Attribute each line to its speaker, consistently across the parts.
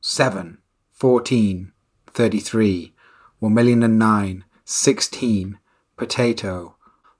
Speaker 1: 7, 14, 33, 1009, 16, potato,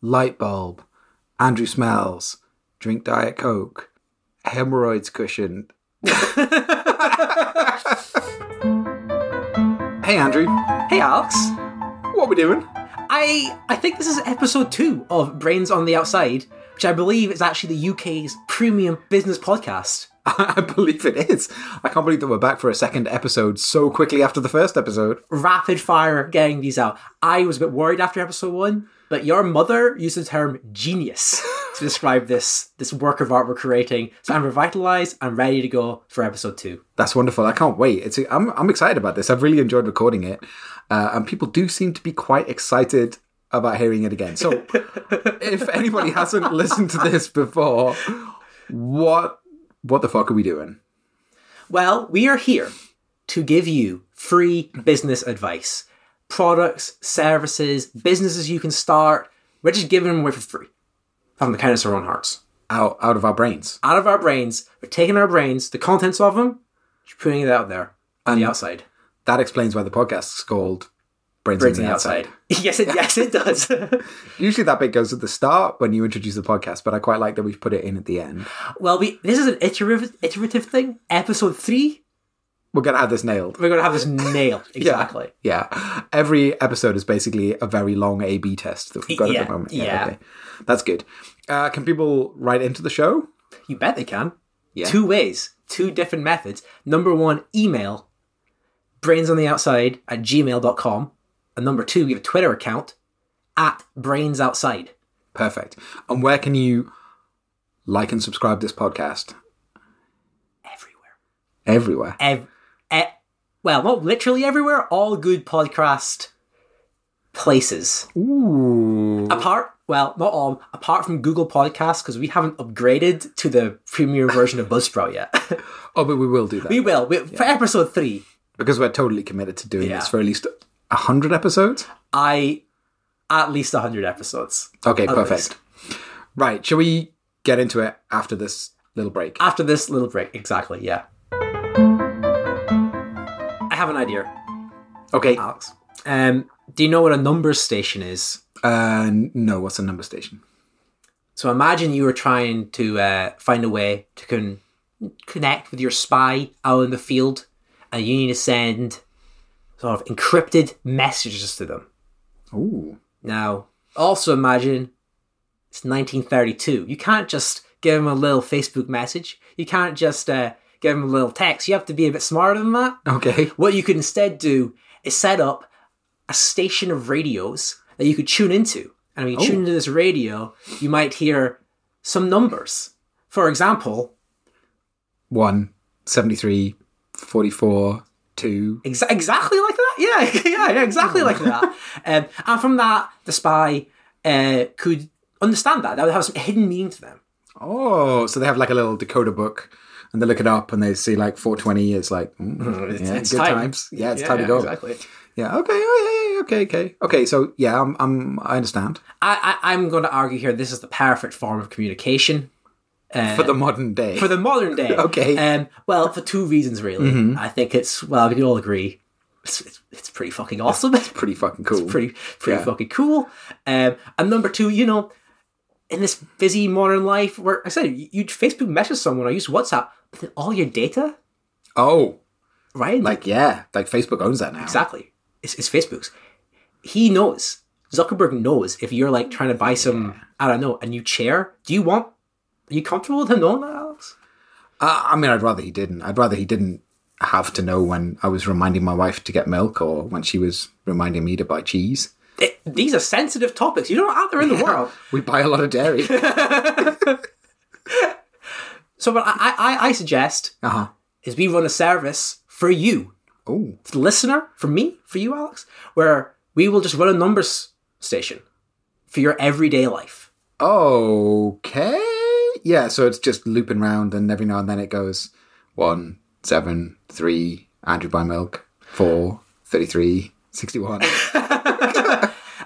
Speaker 1: light bulb, Andrew smells, drink Diet Coke, hemorrhoids cushion. hey, Andrew,
Speaker 2: Hey, Alex.
Speaker 1: what we doing?
Speaker 2: I I think this is episode two of Brains on the Outside, which I believe is actually the UK's premium business podcast.
Speaker 1: I believe it is. I can't believe that we're back for a second episode so quickly after the first episode.
Speaker 2: Rapid fire getting these out. I was a bit worried after episode one, but your mother used the term genius to describe this this work of art we're creating. So I'm revitalized. I'm ready to go for episode two.
Speaker 1: That's wonderful. I can't wait. It's I'm I'm excited about this. I've really enjoyed recording it, uh, and people do seem to be quite excited about hearing it again. So, if anybody hasn't listened to this before, what what the fuck are we doing?
Speaker 2: Well, we are here to give you free business advice, products, services, businesses you can start. We're just giving them away for free from the kindness of our own hearts.
Speaker 1: Out out of our brains.
Speaker 2: out of our brains. We're taking our brains, the contents of them, just putting it out there on the outside.
Speaker 1: That explains why the podcast's called Brains,
Speaker 2: Brains
Speaker 1: on the, outside.
Speaker 2: yes, it yes it does.
Speaker 1: Usually, that bit goes at the start when you introduce the podcast, but I quite like that we've put it in at the end.
Speaker 2: well, we this is an iterative iterative thing. Episode three,
Speaker 1: We're gonna have this nailed.
Speaker 2: we're gonna have this nailed exactly.
Speaker 1: Yeah. Every episode is basically a very long A B test that we've got
Speaker 2: Yeah,
Speaker 1: at the moment.
Speaker 2: yeah.
Speaker 1: That's good. Uh, can people write into the show?
Speaker 2: You bet they can.
Speaker 1: Yeah.
Speaker 2: Two ways, two different methods. Number one, email brains on the outside at gmail.com. And number two, we have a Twitter account at brains outside.
Speaker 1: Perfect. And where can you like and subscribe this podcast?
Speaker 2: Everywhere.
Speaker 1: Everywhere.
Speaker 2: ev- e- well, not literally everywhere, all good podcast places.
Speaker 1: Ooh.
Speaker 2: Apart, well, not all, apart from Google Podcasts, because we haven't upgraded to the premium version of Buzzsprout yet.
Speaker 1: Oh, but we will do that.
Speaker 2: we will, we, for episode three.
Speaker 1: because we're totally committed to doing
Speaker 2: Yeah.
Speaker 1: this for at least 100 episodes.
Speaker 2: I, at least 100 episodes.
Speaker 1: Okay, perfect.
Speaker 2: least.
Speaker 1: Right. Shall we get into it after this little break?
Speaker 2: After this little break, exactly, yeah. I have an idea,
Speaker 1: Okay.
Speaker 2: Alex. Um, do you know what a numbers station is?
Speaker 1: Uh, no, what's the number station?
Speaker 2: So imagine you were trying to uh, find a way to con- connect with your spy out in the field, and you need to send sort of encrypted messages to them.
Speaker 1: Ooh.
Speaker 2: Now, also imagine it's 1932. You can't just give them a little Facebook message. You can't just uh, give them a little text. You have to be a bit smarter than that.
Speaker 1: Okay.
Speaker 2: What you could instead do is set up a station of radios that you could tune into. And when you tune into this radio, you might hear some numbers. For example,
Speaker 1: 1, 73, 44, 2.
Speaker 2: exa- exactly like that. Yeah, yeah, yeah exactly like that. Um, and from that, the spy uh, could understand that. That would have some hidden meaning to them.
Speaker 1: Oh, so they have like a little decoder book and they look it up and they see like 420 is like, mm, yeah,
Speaker 2: Oh, it's
Speaker 1: good
Speaker 2: time.
Speaker 1: times. Yeah, it's time to go.
Speaker 2: Exactly.
Speaker 1: Yeah, okay, oh, yeah, yeah, okay, okay. Okay, so yeah, I'm, I'm, I understand.
Speaker 2: I, I, I'm going to argue here this is the perfect form of communication Uh,
Speaker 1: for the modern day.
Speaker 2: for the modern day.
Speaker 1: Okay. Mm-hmm.
Speaker 2: Um, well, for two reasons, really. I think it's well, we can all agree. It's, it's, it's pretty fucking awesome. It's
Speaker 1: pretty fucking cool.
Speaker 2: pretty pretty
Speaker 1: Yeah.
Speaker 2: fucking cool. Um, and number two, you know, in this busy modern life, where I said you you'd Facebook message someone, I use WhatsApp, but then all your data,
Speaker 1: oh,
Speaker 2: right?
Speaker 1: like, yeah, like Facebook owns that now.
Speaker 2: exactly, it's, it's Facebook's. He knows. Zuckerberg knows if you're like trying to buy some, I don't know, a new chair. Do you want? Are you comfortable with him knowing that, Alex?
Speaker 1: Uh, I mean, I'd rather he didn't. I'd rather he didn't have to know when I was reminding my wife to get milk or when she was reminding me to buy cheese.
Speaker 2: Th- these are sensitive topics. You know, out there in the world,
Speaker 1: We buy a lot of dairy.
Speaker 2: So what I, I, I suggest
Speaker 1: uh huh.
Speaker 2: is we run a service for you,
Speaker 1: Oh,
Speaker 2: for the listener, for me, for you, Alex, where we will just run a numbers station for your everyday life.
Speaker 1: Okay. Yeah, so it's just looping round and every now and then it goes one, seven, three, Andrew by milk, four, 33, 61.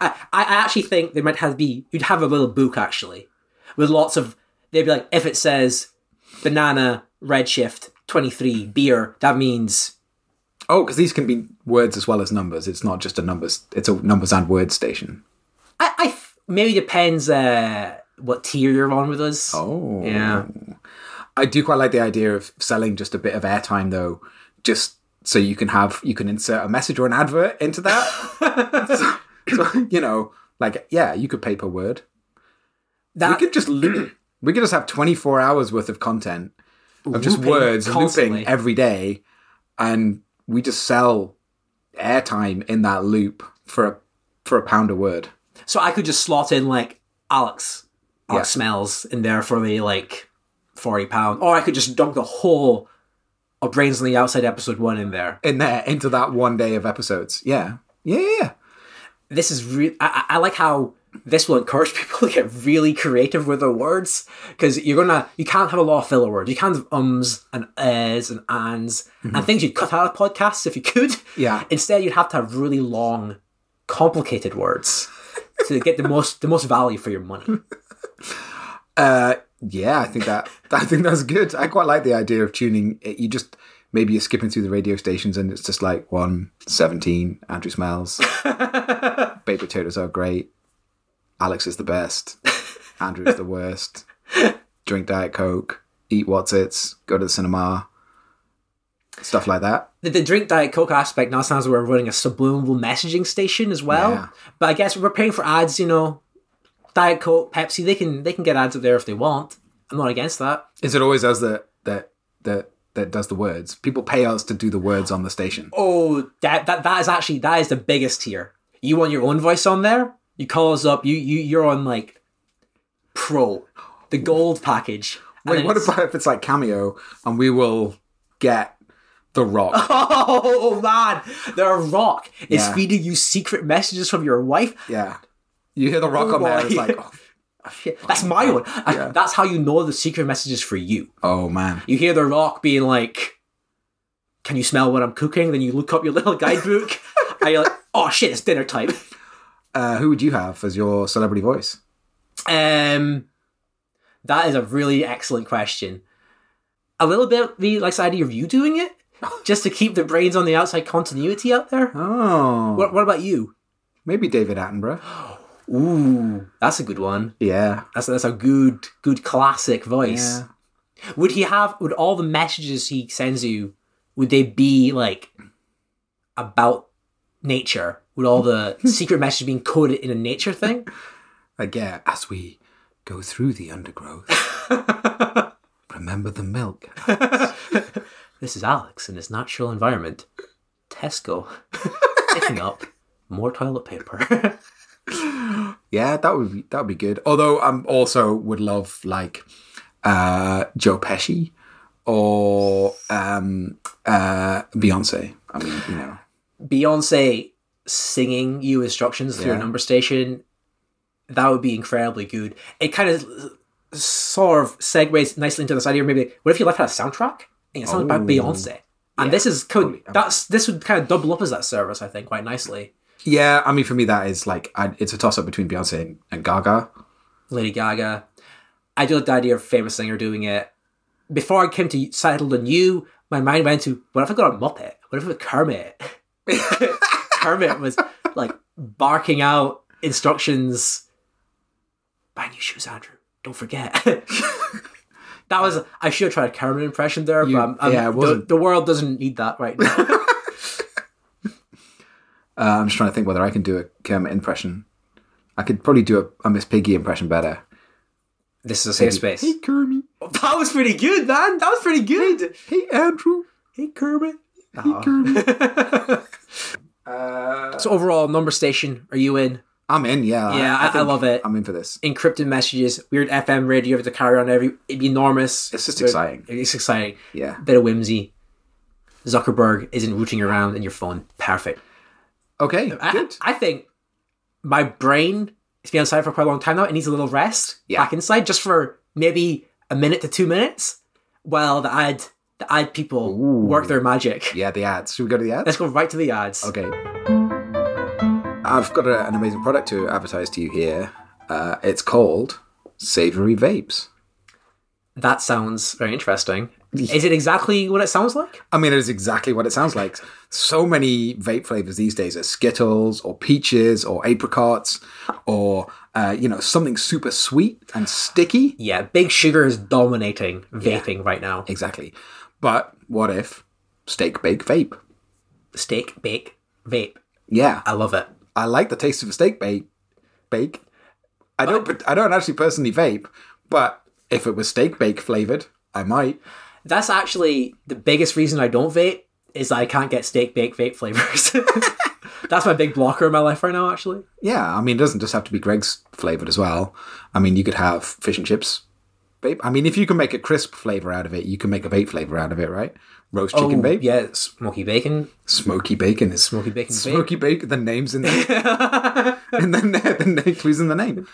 Speaker 2: I, I actually think there might have be you'd have a little book actually with lots of they'd be like if it says banana redshift twenty three beer that means
Speaker 1: Oh, because these can be words as well as numbers. It's not just a numbers. It's a numbers and words station.
Speaker 2: I, I f- maybe depends uh, what tier you're on with us.
Speaker 1: Oh,
Speaker 2: Yeah.
Speaker 1: I do quite like the idea of selling just a bit of airtime though, just so you can have you can insert a message or an advert into that. so, so, you know, like yeah, you could pay per word.
Speaker 2: That
Speaker 1: We could just loop. we could just have twenty four hours worth of content of just
Speaker 2: Looping
Speaker 1: words
Speaker 2: constantly.
Speaker 1: looping every day, and we just sell airtime in that loop for a for a pound a word.
Speaker 2: So I could just slot in like Alex, Alex
Speaker 1: Yeah.
Speaker 2: smells in there for the like forty pound, or I could just dump the whole of Brains on the Outside episode one in there.
Speaker 1: in there into that one day of episodes. Yeah. Yeah, yeah, yeah.
Speaker 2: This is real. I, I I like how this will encourage people to get really creative with their words because you're gonna you can't have a lot of filler words. You can't have ums and ehs and ands and things you'd cut out of podcasts if you could.
Speaker 1: Mm-hmm. Yeah.
Speaker 2: Instead, you'd have to have really long, complicated words to get the most the most value for your money.
Speaker 1: Uh, yeah, I think that I think that's good. I quite like the idea of tuning it. You just maybe you're skipping through the radio stations and it's just like one seventeen, Andrew Smells. Baked potatoes are great. Alex is the best. Andrew is the worst. Drink Diet Coke. Eat what's its. Go to the cinema. Stuff like that.
Speaker 2: the, the drink diet coke aspect now sounds like we're running a subliminal messaging station as well.
Speaker 1: Yeah.
Speaker 2: But I guess we're paying for ads, you know. Diet Coke, Pepsi, they can they can get ads up there if they want. I'm not against that.
Speaker 1: Is it always us that that that that does the words? People pay us to do the words on the station.
Speaker 2: Oh, that that, that is actually that is the biggest tier. You want your own voice on there? You call us up. You you you're on like pro, the gold package. And
Speaker 1: Wait,
Speaker 2: then
Speaker 1: what
Speaker 2: it's-
Speaker 1: about if it's like cameo and we will get the rock?
Speaker 2: Oh man, they're a rock. It's
Speaker 1: Yeah.
Speaker 2: feeding you secret messages from your wife.
Speaker 1: yeah. You hear the rock
Speaker 2: Oh
Speaker 1: on there,
Speaker 2: boy.
Speaker 1: it's like, oh,
Speaker 2: Shit, That's my one. I- That's how you know the secret message is for you.
Speaker 1: oh, man.
Speaker 2: you hear the rock being like can you smell what i'm cooking then you look up your little guidebook and you're like oh shit it's dinner time
Speaker 1: Uh, who would you have as your celebrity voice?
Speaker 2: um that is a really excellent question a little bit me likes the idea of you doing it just to keep the brains on the outside continuity out there
Speaker 1: Oh,
Speaker 2: what, what about you
Speaker 1: maybe David Attenborough.
Speaker 2: ooh that's a good one
Speaker 1: Yeah.
Speaker 2: that's, that's a good good classic voice
Speaker 1: Yeah.
Speaker 2: would he have would all the messages he sends you would they be like about nature would all the secret messages be encoded in a nature thing
Speaker 1: Like, yeah, as we go through the undergrowth, remember the milk.
Speaker 2: this is alex in his natural environment tesco picking up more toilet paper
Speaker 1: Yeah, that would be, that would be good. Although I'm also would love like uh, Joe Pesci or um, uh, Beyonce. I mean, you know.
Speaker 2: beyonce singing you instructions through a
Speaker 1: Yeah.
Speaker 2: number station that would be incredibly good it kind of sort of segues nicely into this idea of maybe what if you left out a soundtrack and it sounded by
Speaker 1: Oh.
Speaker 2: beyonce and this is could
Speaker 1: totally. Um,
Speaker 2: that's this would kind of double up as that service i think quite nicely
Speaker 1: Yeah, I mean, for me, that is like I, it's a toss up between Beyonce and, and Gaga. Uh,
Speaker 2: lady gaga i do like the idea of a famous singer doing it before i came to settled on you my mind went to what if i got a muppet what if it was kermit kermit was like barking out instructions buy new shoes andrew don't forget that was i should have tried a kermit impression there
Speaker 1: You-
Speaker 2: but I'm, I'm-
Speaker 1: yeah, it
Speaker 2: the,
Speaker 1: wasn't-
Speaker 2: the world doesn't need that right now
Speaker 1: Uh, I'm just trying to think whether I can do a Kermit impression. I could probably do a, a Miss Piggy impression better.
Speaker 2: This is a safe space.
Speaker 1: Hey Kermit.
Speaker 2: That was pretty good, man. That was pretty good.
Speaker 1: Hey Andrew.
Speaker 2: Hey, Kermit.
Speaker 1: Hey Kermit. uh,
Speaker 2: So overall, number station, are you in?
Speaker 1: I'm in. Yeah.
Speaker 2: Yeah, I, I,
Speaker 1: Uh, think
Speaker 2: love it.
Speaker 1: I'm in for this.
Speaker 2: Encrypted messages, weird FM radio to carry on every. It'd be enormous.
Speaker 1: It's just
Speaker 2: But-
Speaker 1: exciting.
Speaker 2: It's exciting.
Speaker 1: Yeah.
Speaker 2: Bit of whimsy. Zuckerberg isn't rooting around in your phone. Perfect.
Speaker 1: Okay.
Speaker 2: I,
Speaker 1: Good.
Speaker 2: I think my brain has been outside for quite a long time now. It needs a little rest
Speaker 1: Yeah.
Speaker 2: back inside, just for maybe a minute to two minutes, while the ad the ad people
Speaker 1: Ooh.
Speaker 2: work their magic.
Speaker 1: Yeah, the ads. Should we go to the ads?
Speaker 2: Let's go right to the ads.
Speaker 1: Okay. I've got a, an amazing product to advertise to you here. Uh, it's called Savory Vapes.
Speaker 2: That sounds very interesting. Is it exactly what it sounds like?
Speaker 1: I mean, it is exactly what it sounds like. So many vape flavors these days are Skittles or peaches or apricots or, uh, you know, something super sweet and sticky.
Speaker 2: Yeah, big sugar is dominating vaping right now.
Speaker 1: Exactly. But what if steak bake vape?
Speaker 2: Steak, bake, vape.
Speaker 1: Yeah.
Speaker 2: I love it.
Speaker 1: I like the taste of a steak bake. Bake. I don't. put- I don't actually personally vape, but if it was steak bake flavored, I might.
Speaker 2: That's actually the biggest reason I don't vape is I can't get steak bake vape flavors. That's my big blocker in my life right now. Actually,
Speaker 1: Yeah, I mean, it doesn't just have to be Greg's flavored as well. I mean, you could have fish and chips. Vape. I mean, if you can make a crisp flavor out of it, you can make a vape flavor out of it, right? Roast chicken vape,
Speaker 2: Oh, yeah, smoky bacon,
Speaker 1: smoky bacon is
Speaker 2: smoky bacon vape.
Speaker 1: smoky bacon. The names in there, and then the, the name clues in the name.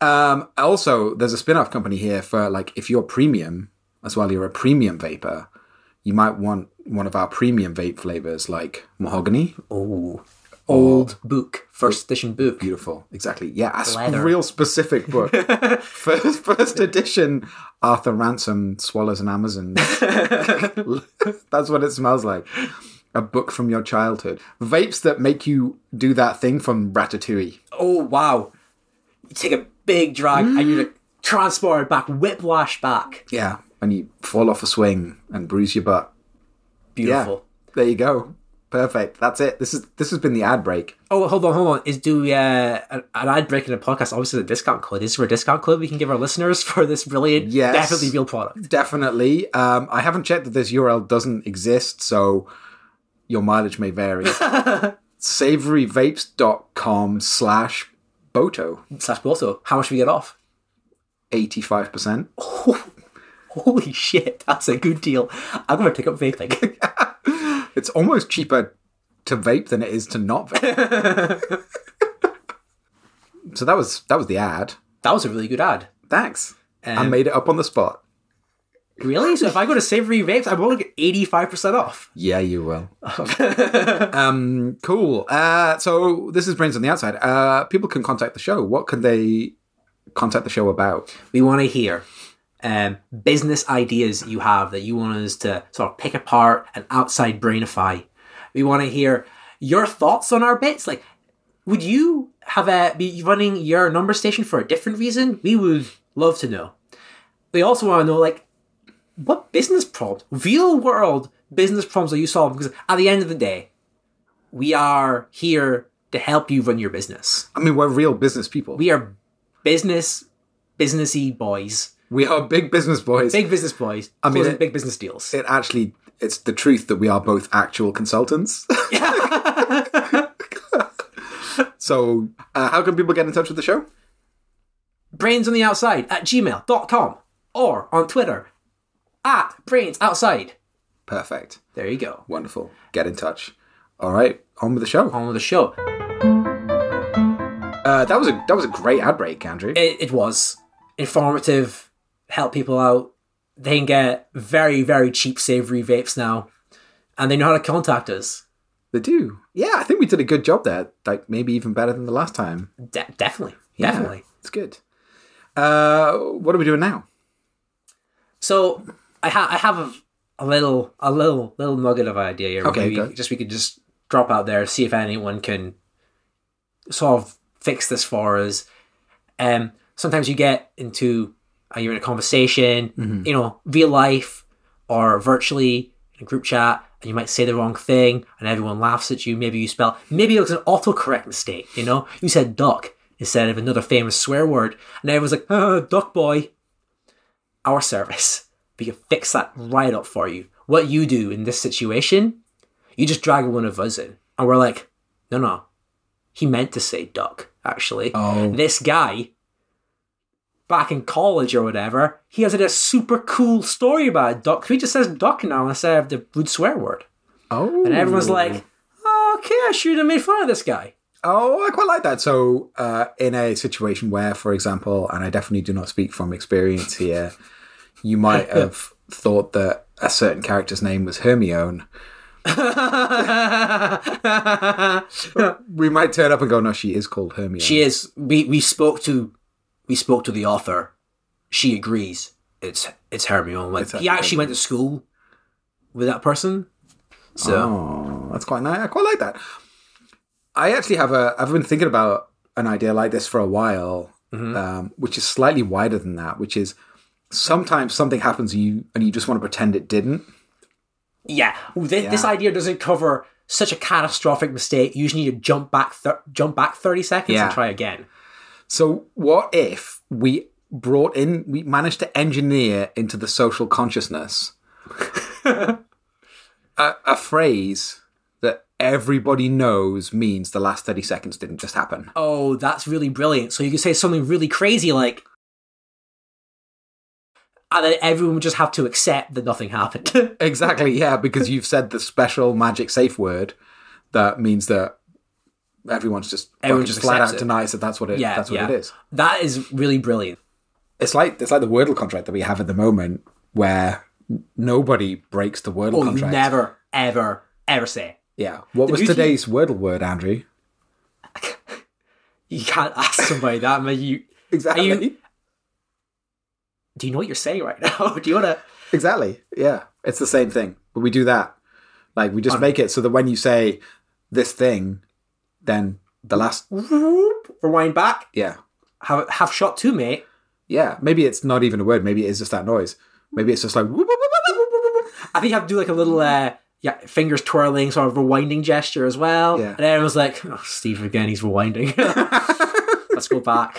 Speaker 1: Um, also, there's a spin-off company here for like if you're premium as well. You're a premium vapor. You might want one of our premium vape flavors like mahogany.
Speaker 2: Oh, old book, first edition book.
Speaker 1: Beautiful, exactly. Yeah, a sp-
Speaker 2: Leather.
Speaker 1: real specific book. first, first edition. Arthur Ransom swallows an Amazon. That's what it smells like. A book from your childhood. Vapes that make you do that thing from Ratatouille.
Speaker 2: Oh wow, you take a big drag and you're
Speaker 1: Mm.
Speaker 2: like, transported back, whiplash back.
Speaker 1: Yeah, and you fall off a swing and bruise your butt. Yeah,
Speaker 2: Beautiful.
Speaker 1: there you go. Perfect. That's it. This is this has been the ad break.
Speaker 2: Oh, hold on, hold on. Is do uh, an an ad break in a podcast? Obviously, the discount code. Is there a discount code we can give our listeners for this brilliant,
Speaker 1: Yes.
Speaker 2: definitely real product?
Speaker 1: Definitely. Um, I haven't checked that this URL doesn't exist, so your mileage may vary. Savoryvapes.com slash Boto.
Speaker 2: Slash Boto. How much do we get off?
Speaker 1: 85%.
Speaker 2: Holy shit, that's a good deal. I'm gonna pick up vaping.
Speaker 1: It's almost cheaper to vape than it is to not vape. so that was that was the ad.
Speaker 2: that was a really good ad.
Speaker 1: Thanks. I made it up on the spot.
Speaker 2: Really? So if I go to Savory Vapes, I'm only get 85% off.
Speaker 1: Yeah, you will. um, cool. Uh, so this is Brains on the Outside. Uh, people can contact the show. What can they contact the show about?
Speaker 2: We wanna hear um, business ideas you have that you want us to sort of pick apart and outside brainify. We wanna hear your thoughts on our bits. Like, would you have a, be running your number station for a different reason? We would love to know. We also want to know, like, what business problems, real world business problems are you solving? Because at the end of the day, we are here to help you run your business.
Speaker 1: I mean, we're real business people. We,
Speaker 2: We are business, businessy boys,
Speaker 1: are big business boys.
Speaker 2: big business boys, I mean,
Speaker 1: it-
Speaker 2: big business deals.
Speaker 1: It actually, it's the truth that we are both actual consultants. so, uh, how can people get in touch with the show?
Speaker 2: brains on the outside at gmail.com or on Twitter at brains outside.
Speaker 1: Perfect.
Speaker 2: There you go.
Speaker 1: Wonderful. Get in touch. All right, on with the show.
Speaker 2: On with the show.
Speaker 1: Uh, that was a that was a great ad break, Andrew.
Speaker 2: It, it was informative, help people out. They can get very, very cheap savory vapes now, and they know how to contact us.
Speaker 1: They do. Yeah, I think we did a good job there. Like maybe even better than the last time.
Speaker 2: De- definitely,
Speaker 1: Yeah,
Speaker 2: definitely.
Speaker 1: it's good. Uh, what are we doing now?
Speaker 2: So I, ha- I have a, a little, a little, little nugget of idea here.
Speaker 1: Okay,
Speaker 2: Maybe
Speaker 1: go.
Speaker 2: just we could just drop out there, see if anyone can sort of fix this for us. Um, sometimes you get into uh, you're in a conversation, you know, real life or virtually in a group chat, and you might say the wrong thing, and everyone laughs at you. Maybe you spell, maybe it was an autocorrect mistake. You know, you said duck instead of another famous swear word, and everyone's like, "Ah, duck boy." Our service, we can fix that right up for you. What you do in this situation, you just drag one of us in, and we're like, "No, no, he meant to say duck." Actually,
Speaker 1: Oh.
Speaker 2: this guy back in college or whatever, he has a super cool story about a duck. He just says duck now instead of the rude swear word.
Speaker 1: Oh,
Speaker 2: And everyone's like, okay, I should have made fun of this guy.
Speaker 1: Oh, I quite like that. So, uh, in a situation where, for example, and I definitely do not speak from experience here, you might have thought that a certain character's name was Hermione. We might turn up and go, no, she is called Hermione.
Speaker 2: she is we, we spoke to we spoke to the author. She agrees. it's it's Hermione. Like
Speaker 1: It's
Speaker 2: he actually went to school with that person. So
Speaker 1: Oh, that's quite nice. I quite like that. I actually have a. I've been thinking about an idea like this for a while, um, which is slightly wider than that. Which is sometimes something happens and you and you just want to pretend it didn't.
Speaker 2: yeah, Ooh, thi- this
Speaker 1: Yeah.
Speaker 2: idea doesn't cover such a catastrophic mistake. You just need to jump back thir- jump back thirty seconds
Speaker 1: Yeah.
Speaker 2: and try again.
Speaker 1: So what if we brought in? We managed to engineer into the social consciousness a, a phrase that everybody knows means the last thirty seconds didn't just happen.
Speaker 2: Oh, that's really brilliant. So you could say something really crazy like. And then everyone would just have to accept that nothing happened.
Speaker 1: Exactly, yeah, because you've said the special magic safe word that means that everyone's just
Speaker 2: Everyone
Speaker 1: everyone just
Speaker 2: just
Speaker 1: flat
Speaker 2: accepts
Speaker 1: out
Speaker 2: it.
Speaker 1: denies that that's what it
Speaker 2: Yeah,
Speaker 1: that's what
Speaker 2: yeah.
Speaker 1: it is.
Speaker 2: that is really brilliant.
Speaker 1: It's like it's like the Wordle contract that we have at the moment where n- nobody breaks the Wordle
Speaker 2: Oh, you
Speaker 1: contract.
Speaker 2: never, ever, ever say.
Speaker 1: yeah. What was
Speaker 2: beauty-
Speaker 1: today's Wordle word, Andrew?
Speaker 2: You can't ask somebody that. Man. You
Speaker 1: Exactly.
Speaker 2: you- do you know what you're saying right now? Do you want to?
Speaker 1: Exactly. Yeah. It's the same thing. But we do that. Like we just make it so that when you say this thing, then the last
Speaker 2: whoop, rewind back,
Speaker 1: yeah.
Speaker 2: have have shot two, mate.
Speaker 1: Yeah. Maybe it's not even a word, maybe it is just that noise. Maybe it's just like whoop, whoop, whoop, whoop, whoop, whoop, whoop.
Speaker 2: I think you have to do like a little uh, yeah, fingers twirling sort of rewinding gesture as well.
Speaker 1: Yeah.
Speaker 2: And everyone's like, oh, Steve again, he's rewinding. Let's go back.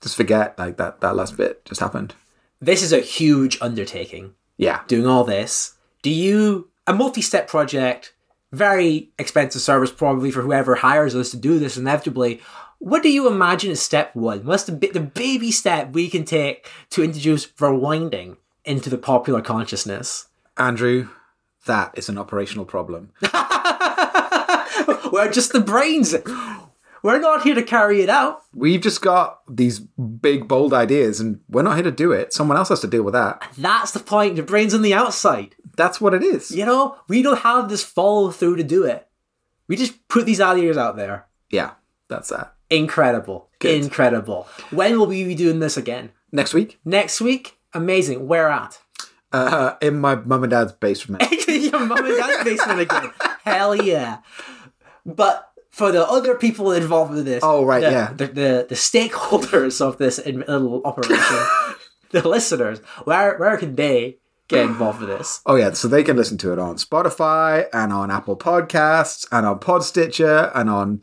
Speaker 1: just forget like that that last bit just happened.
Speaker 2: this is a huge undertaking.
Speaker 1: Yeah.
Speaker 2: Doing all this, do you a multi-step project? Very expensive service, probably for whoever hires us to do this. Inevitably, what do you imagine is step one? What's the bi- the baby step we can take to introduce rewinding into the popular consciousness?
Speaker 1: Andrew, that is an operational problem.
Speaker 2: We're just the brains. We're not here to carry it out.
Speaker 1: We've just got these big bold ideas and we're not here to do it. Someone else has to deal with that.
Speaker 2: That's the point. The brains on the outside.
Speaker 1: That's what it is.
Speaker 2: You know, we don't have this follow through to do it. We just put these ideas out there.
Speaker 1: Yeah, that's that.
Speaker 2: Incredible.
Speaker 1: Good.
Speaker 2: Incredible. When will we be doing this again?
Speaker 1: Next week,
Speaker 2: Next week? Amazing. Where at?
Speaker 1: uh, in my mum and dad's basement.
Speaker 2: Your mum and dad's basement again. Hell yeah. But for the other people involved with this,
Speaker 1: Oh, right,
Speaker 2: the,
Speaker 1: yeah.
Speaker 2: the, the the stakeholders of this in- little operation, the listeners, where where can they get involved with this?
Speaker 1: Oh yeah, so they can listen to it on Spotify and on Apple Podcasts and on Podstitcher and on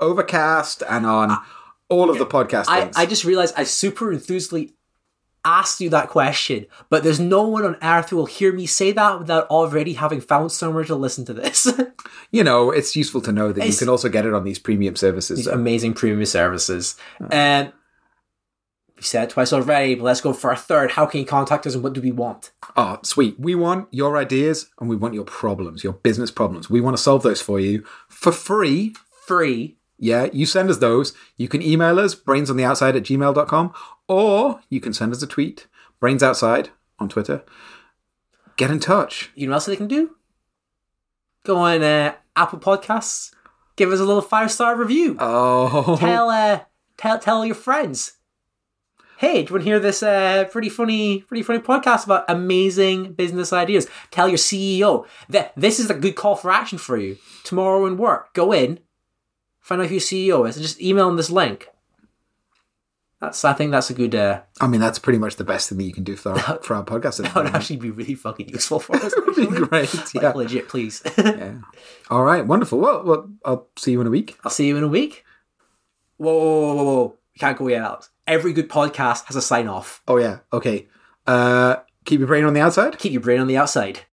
Speaker 1: Overcast and on all of the podcast
Speaker 2: I,
Speaker 1: things.
Speaker 2: I just realized I super enthusiastically asked you that question, but there's no one on earth who will hear me say that without already having found somewhere to listen to this.
Speaker 1: you know, it's useful to know that you
Speaker 2: It's-
Speaker 1: can also get it on these premium services.
Speaker 2: amazing premium services. Um, we said it twice already, but let's go for a third. How can you contact us and what do we want?
Speaker 1: Oh, sweet. We want your ideas and we want your problems, your business problems. We want to solve those for you for free.
Speaker 2: Free.
Speaker 1: Yeah, you send us those. You can email us, brainsontheoutside at gmail.com, or you can send us a tweet, brainsoutside on Twitter. Get in touch.
Speaker 2: You know what else they can do? Go on uh, Apple Podcasts, give us a little five star review.
Speaker 1: Oh,
Speaker 2: tell, uh, tell, tell your friends. Hey, do you want to hear this uh, pretty funny, pretty funny podcast about amazing business ideas? Tell your CEO that this is a good call for action for you tomorrow in work. Go in, find out who your CEO is, and just email them this link. That's I think that's a good. Uh,
Speaker 1: I mean, that's pretty much the best thing that you can do for our, for our podcast. at the
Speaker 2: that would
Speaker 1: moment.
Speaker 2: actually be really fucking useful for us.
Speaker 1: That'd
Speaker 2: actually.
Speaker 1: be great.
Speaker 2: Like
Speaker 1: Mm-hmm. Yeah.
Speaker 2: legit, please.
Speaker 1: yeah. All right, wonderful. Well, well, I'll see you in a week.
Speaker 2: I'll see you in a week. Whoa, whoa, whoa, whoa, whoa. We can't go yet, Alex. Every good podcast has a sign off.
Speaker 1: Oh, yeah. Okay. Uh, keep your brain on the outside.
Speaker 2: Keep your brain on the outside.